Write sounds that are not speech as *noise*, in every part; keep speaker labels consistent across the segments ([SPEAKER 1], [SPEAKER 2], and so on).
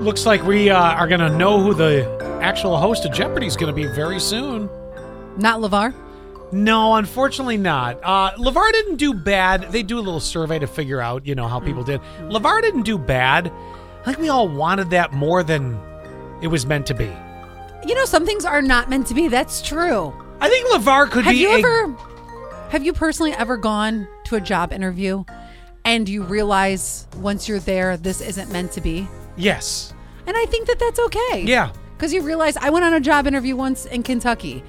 [SPEAKER 1] Looks like we uh, are going to know who the actual host of Jeopardy is going to be very soon.
[SPEAKER 2] Not LeVar.
[SPEAKER 1] No, unfortunately not. Uh, LeVar didn't do bad. They do a little survey to figure out, you know, how people did. LeVar didn't do bad. I think we all wanted that more than it was meant to be.
[SPEAKER 2] You know, some things are not meant to be. That's true.
[SPEAKER 1] I think LeVar could
[SPEAKER 2] Have
[SPEAKER 1] be
[SPEAKER 2] you
[SPEAKER 1] a-
[SPEAKER 2] ever, have you personally ever gone to a job interview and you realize once you're there, this isn't meant to be?
[SPEAKER 1] Yes.
[SPEAKER 2] And I think that that's okay.
[SPEAKER 1] Yeah.
[SPEAKER 2] Because you realize I went on a job interview once in Kentucky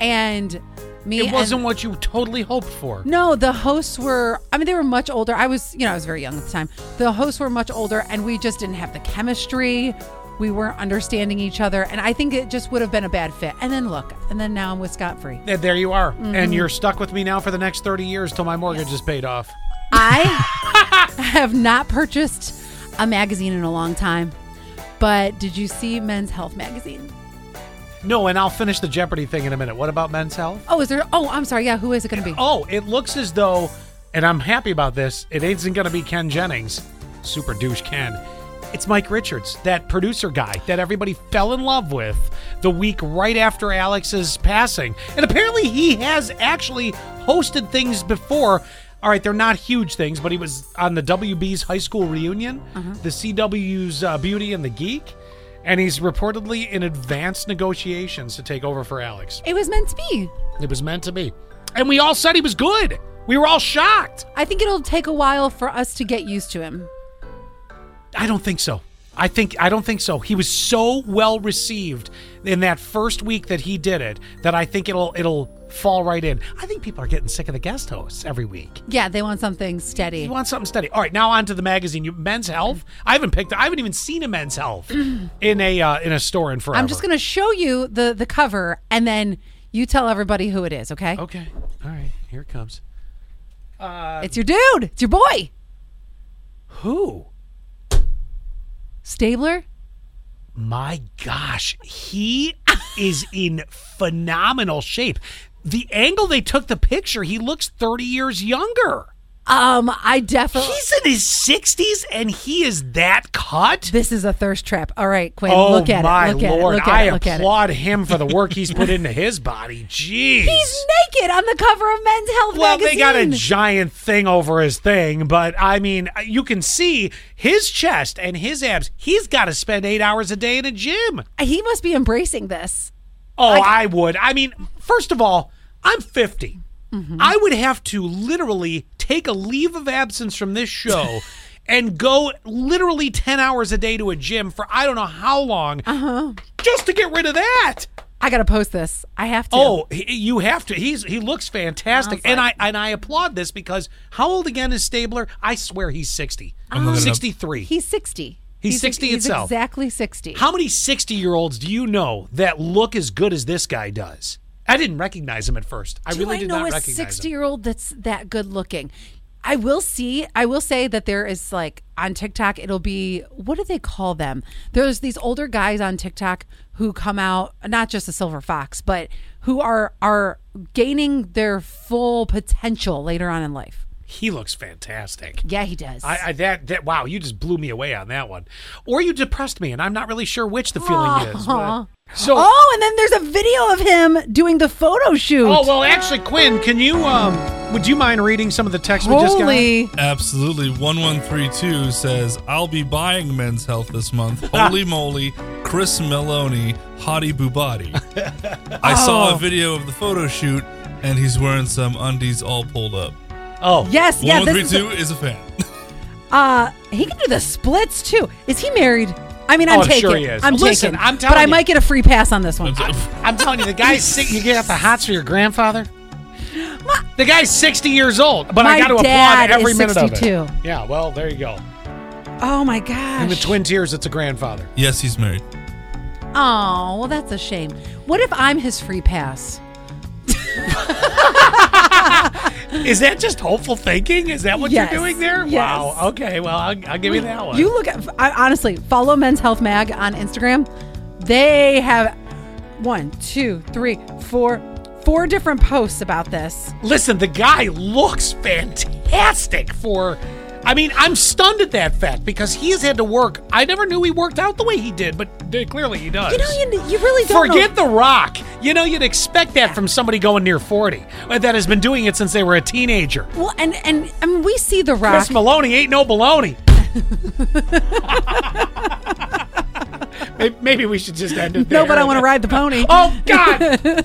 [SPEAKER 2] and me.
[SPEAKER 1] It
[SPEAKER 2] and-
[SPEAKER 1] wasn't what you totally hoped for.
[SPEAKER 2] No, the hosts were, I mean, they were much older. I was, you know, I was very young at the time. The hosts were much older, and we just didn't have the chemistry. We weren't understanding each other. And I think it just would have been a bad fit. And then look, and then now I'm with Scott Free.
[SPEAKER 1] And there you are.
[SPEAKER 2] Mm-hmm.
[SPEAKER 1] And you're stuck with me now for the next 30 years till my mortgage is paid off.
[SPEAKER 2] I *laughs* have not purchased a magazine in a long time, but did you see Men's Health magazine?
[SPEAKER 1] No, and I'll finish the Jeopardy thing in a minute. What about men's health?
[SPEAKER 2] Oh, is there? Oh, I'm sorry. Yeah, who is it going to be?
[SPEAKER 1] Oh, it looks as though, and I'm happy about this, it isn't going to be Ken Jennings, super douche Ken. It's Mike Richards, that producer guy that everybody fell in love with the week right after Alex's passing. And apparently he has actually hosted things before. All right, they're not huge things, but he was on the WB's high school reunion, the CW's uh, Beauty and the Geek, and he's reportedly in advanced negotiations to take over for Alex.
[SPEAKER 2] It was meant to be.
[SPEAKER 1] It was meant to be. And we all said he was good. We were all shocked.
[SPEAKER 2] I think it'll take a while for us to get used to him.
[SPEAKER 1] I don't think so. I think I don't think so. He was so well received in that first week that he did it that I think it'll it'll fall right in. I think people are getting sick of the guest hosts every week.
[SPEAKER 2] Yeah, they want something steady.
[SPEAKER 1] You want something steady. All right, now on to the magazine. You, men's Health. I haven't picked. I haven't even seen a Men's
[SPEAKER 2] *clears throat*
[SPEAKER 1] Health in a uh, in a store in forever.
[SPEAKER 2] I'm just going to show you the the cover and then you tell everybody who it is, okay?
[SPEAKER 1] Okay. All right. Here it comes.
[SPEAKER 2] It's your dude. It's your boy.
[SPEAKER 1] Who?
[SPEAKER 2] Stabler?
[SPEAKER 1] My gosh, he is in phenomenal shape. The angle they took the picture, he looks 30 years younger.
[SPEAKER 2] Um, I definitely
[SPEAKER 1] He's in his 60s and he is that cut?
[SPEAKER 2] This is a thirst trap. All right, Quinn,
[SPEAKER 1] oh
[SPEAKER 2] look at
[SPEAKER 1] my
[SPEAKER 2] it. Look at it.
[SPEAKER 1] lord,
[SPEAKER 2] Look
[SPEAKER 1] I
[SPEAKER 2] at it. Look at it.
[SPEAKER 1] applaud him for the work he's put into his body. Jeez.
[SPEAKER 2] *laughs* He's naked on the cover of Men's Health
[SPEAKER 1] well,
[SPEAKER 2] magazine.
[SPEAKER 1] they got a giant thing over his thing, but I mean, you can see his chest and his abs. He's got to spend eight hours a day in a gym.
[SPEAKER 2] he must be embracing this.
[SPEAKER 1] Oh, I would. I mean, first of all, I'm 50. I would have to literally take a leave of absence from this show and go literally 10 hours a day to a gym for I don't know how long just to get rid of that.
[SPEAKER 2] I gotta post this. I have to.
[SPEAKER 1] Oh, he, you have to. He's he looks fantastic, and I and I applaud this because how old again is Stabler? I swear he's sixty. Sixty three.
[SPEAKER 2] he's sixty.
[SPEAKER 1] He's 60
[SPEAKER 2] he's
[SPEAKER 1] itself.
[SPEAKER 2] Exactly sixty.
[SPEAKER 1] How many 60 year olds do you know that look as good as this guy does? I didn't recognize him at first. I
[SPEAKER 2] Do
[SPEAKER 1] really
[SPEAKER 2] I
[SPEAKER 1] did
[SPEAKER 2] know
[SPEAKER 1] not
[SPEAKER 2] a
[SPEAKER 1] recognize him.
[SPEAKER 2] sixty-year-old that's that good looking? I will see. I will say that there is like on TikTok, it'll be what do they call them? There's these older guys on TikTok who come out, not just a silver fox, but who are are gaining their full potential later on in life.
[SPEAKER 1] He looks fantastic.
[SPEAKER 2] Yeah, he does.
[SPEAKER 1] I, I that that wow, you just blew me away on that one. Or you depressed me, and I'm not really sure which the feeling is.
[SPEAKER 2] *laughs*
[SPEAKER 1] but- So
[SPEAKER 2] oh, and then there's a video of him doing the photo shoot.
[SPEAKER 1] Oh well actually Quinn, can you um would you mind reading some of the text we just got?
[SPEAKER 2] holy!
[SPEAKER 3] Absolutely. 1132 says, I'll be buying Men's Health
[SPEAKER 2] *laughs*
[SPEAKER 3] this month. Holy moly, Chris Meloni, Hottie Bubati. I
[SPEAKER 2] Oh.
[SPEAKER 3] saw a video of the photo shoot, and he's wearing some undies all pulled up.
[SPEAKER 1] Oh
[SPEAKER 2] Yes, yeah. This is,
[SPEAKER 3] 1132 is a fan. *laughs*
[SPEAKER 2] Uh, he can do the splits too. Is he married? I mean,
[SPEAKER 1] Oh,
[SPEAKER 2] I'm
[SPEAKER 1] I'm
[SPEAKER 2] taking.
[SPEAKER 1] sure he is.
[SPEAKER 2] I'm
[SPEAKER 1] Listen,
[SPEAKER 2] taken.
[SPEAKER 1] I'm
[SPEAKER 2] but I
[SPEAKER 1] telling you.
[SPEAKER 2] might get a free pass on this one.
[SPEAKER 1] I'm telling you, the guy's sick you get out the hots for your grandfather? The guy's 60 years old, but I
[SPEAKER 2] My
[SPEAKER 1] got to applaud
[SPEAKER 2] dad is
[SPEAKER 1] every minute of it.
[SPEAKER 2] 62.
[SPEAKER 1] Yeah, well, there you go.
[SPEAKER 2] Oh my gosh.
[SPEAKER 1] In the twin tiers, it's a grandfather.
[SPEAKER 3] yes, he's married.
[SPEAKER 2] Oh well, that's a shame. What if I'm his free pass?
[SPEAKER 1] *laughs* Is that just hopeful thinking? Is that what
[SPEAKER 2] Yes.
[SPEAKER 1] you're doing there?
[SPEAKER 2] Yes.
[SPEAKER 1] Wow. Okay. Well, I'll, I'll give you that one.
[SPEAKER 2] You look at I, honestly. Follow Men's Health Mag on Instagram. They have one, two, three, four, four different posts about this.
[SPEAKER 1] Listen, the guy looks fantastic for I mean, I'm stunned at that fact because he has had to work. I never knew he worked out the way he did, but d- clearly he does.
[SPEAKER 2] You know, you, you really don't know-
[SPEAKER 1] Forget The Rock. You know, you'd expect that from somebody going near 40 uh, that has been doing it since they were a teenager.
[SPEAKER 2] Well, and and I mean, we see the rock.
[SPEAKER 1] Chris Maloney ain't no baloney. May- *laughs* Maybe we should just end it there.
[SPEAKER 2] no, but I want to ride the pony.
[SPEAKER 1] Oh, God.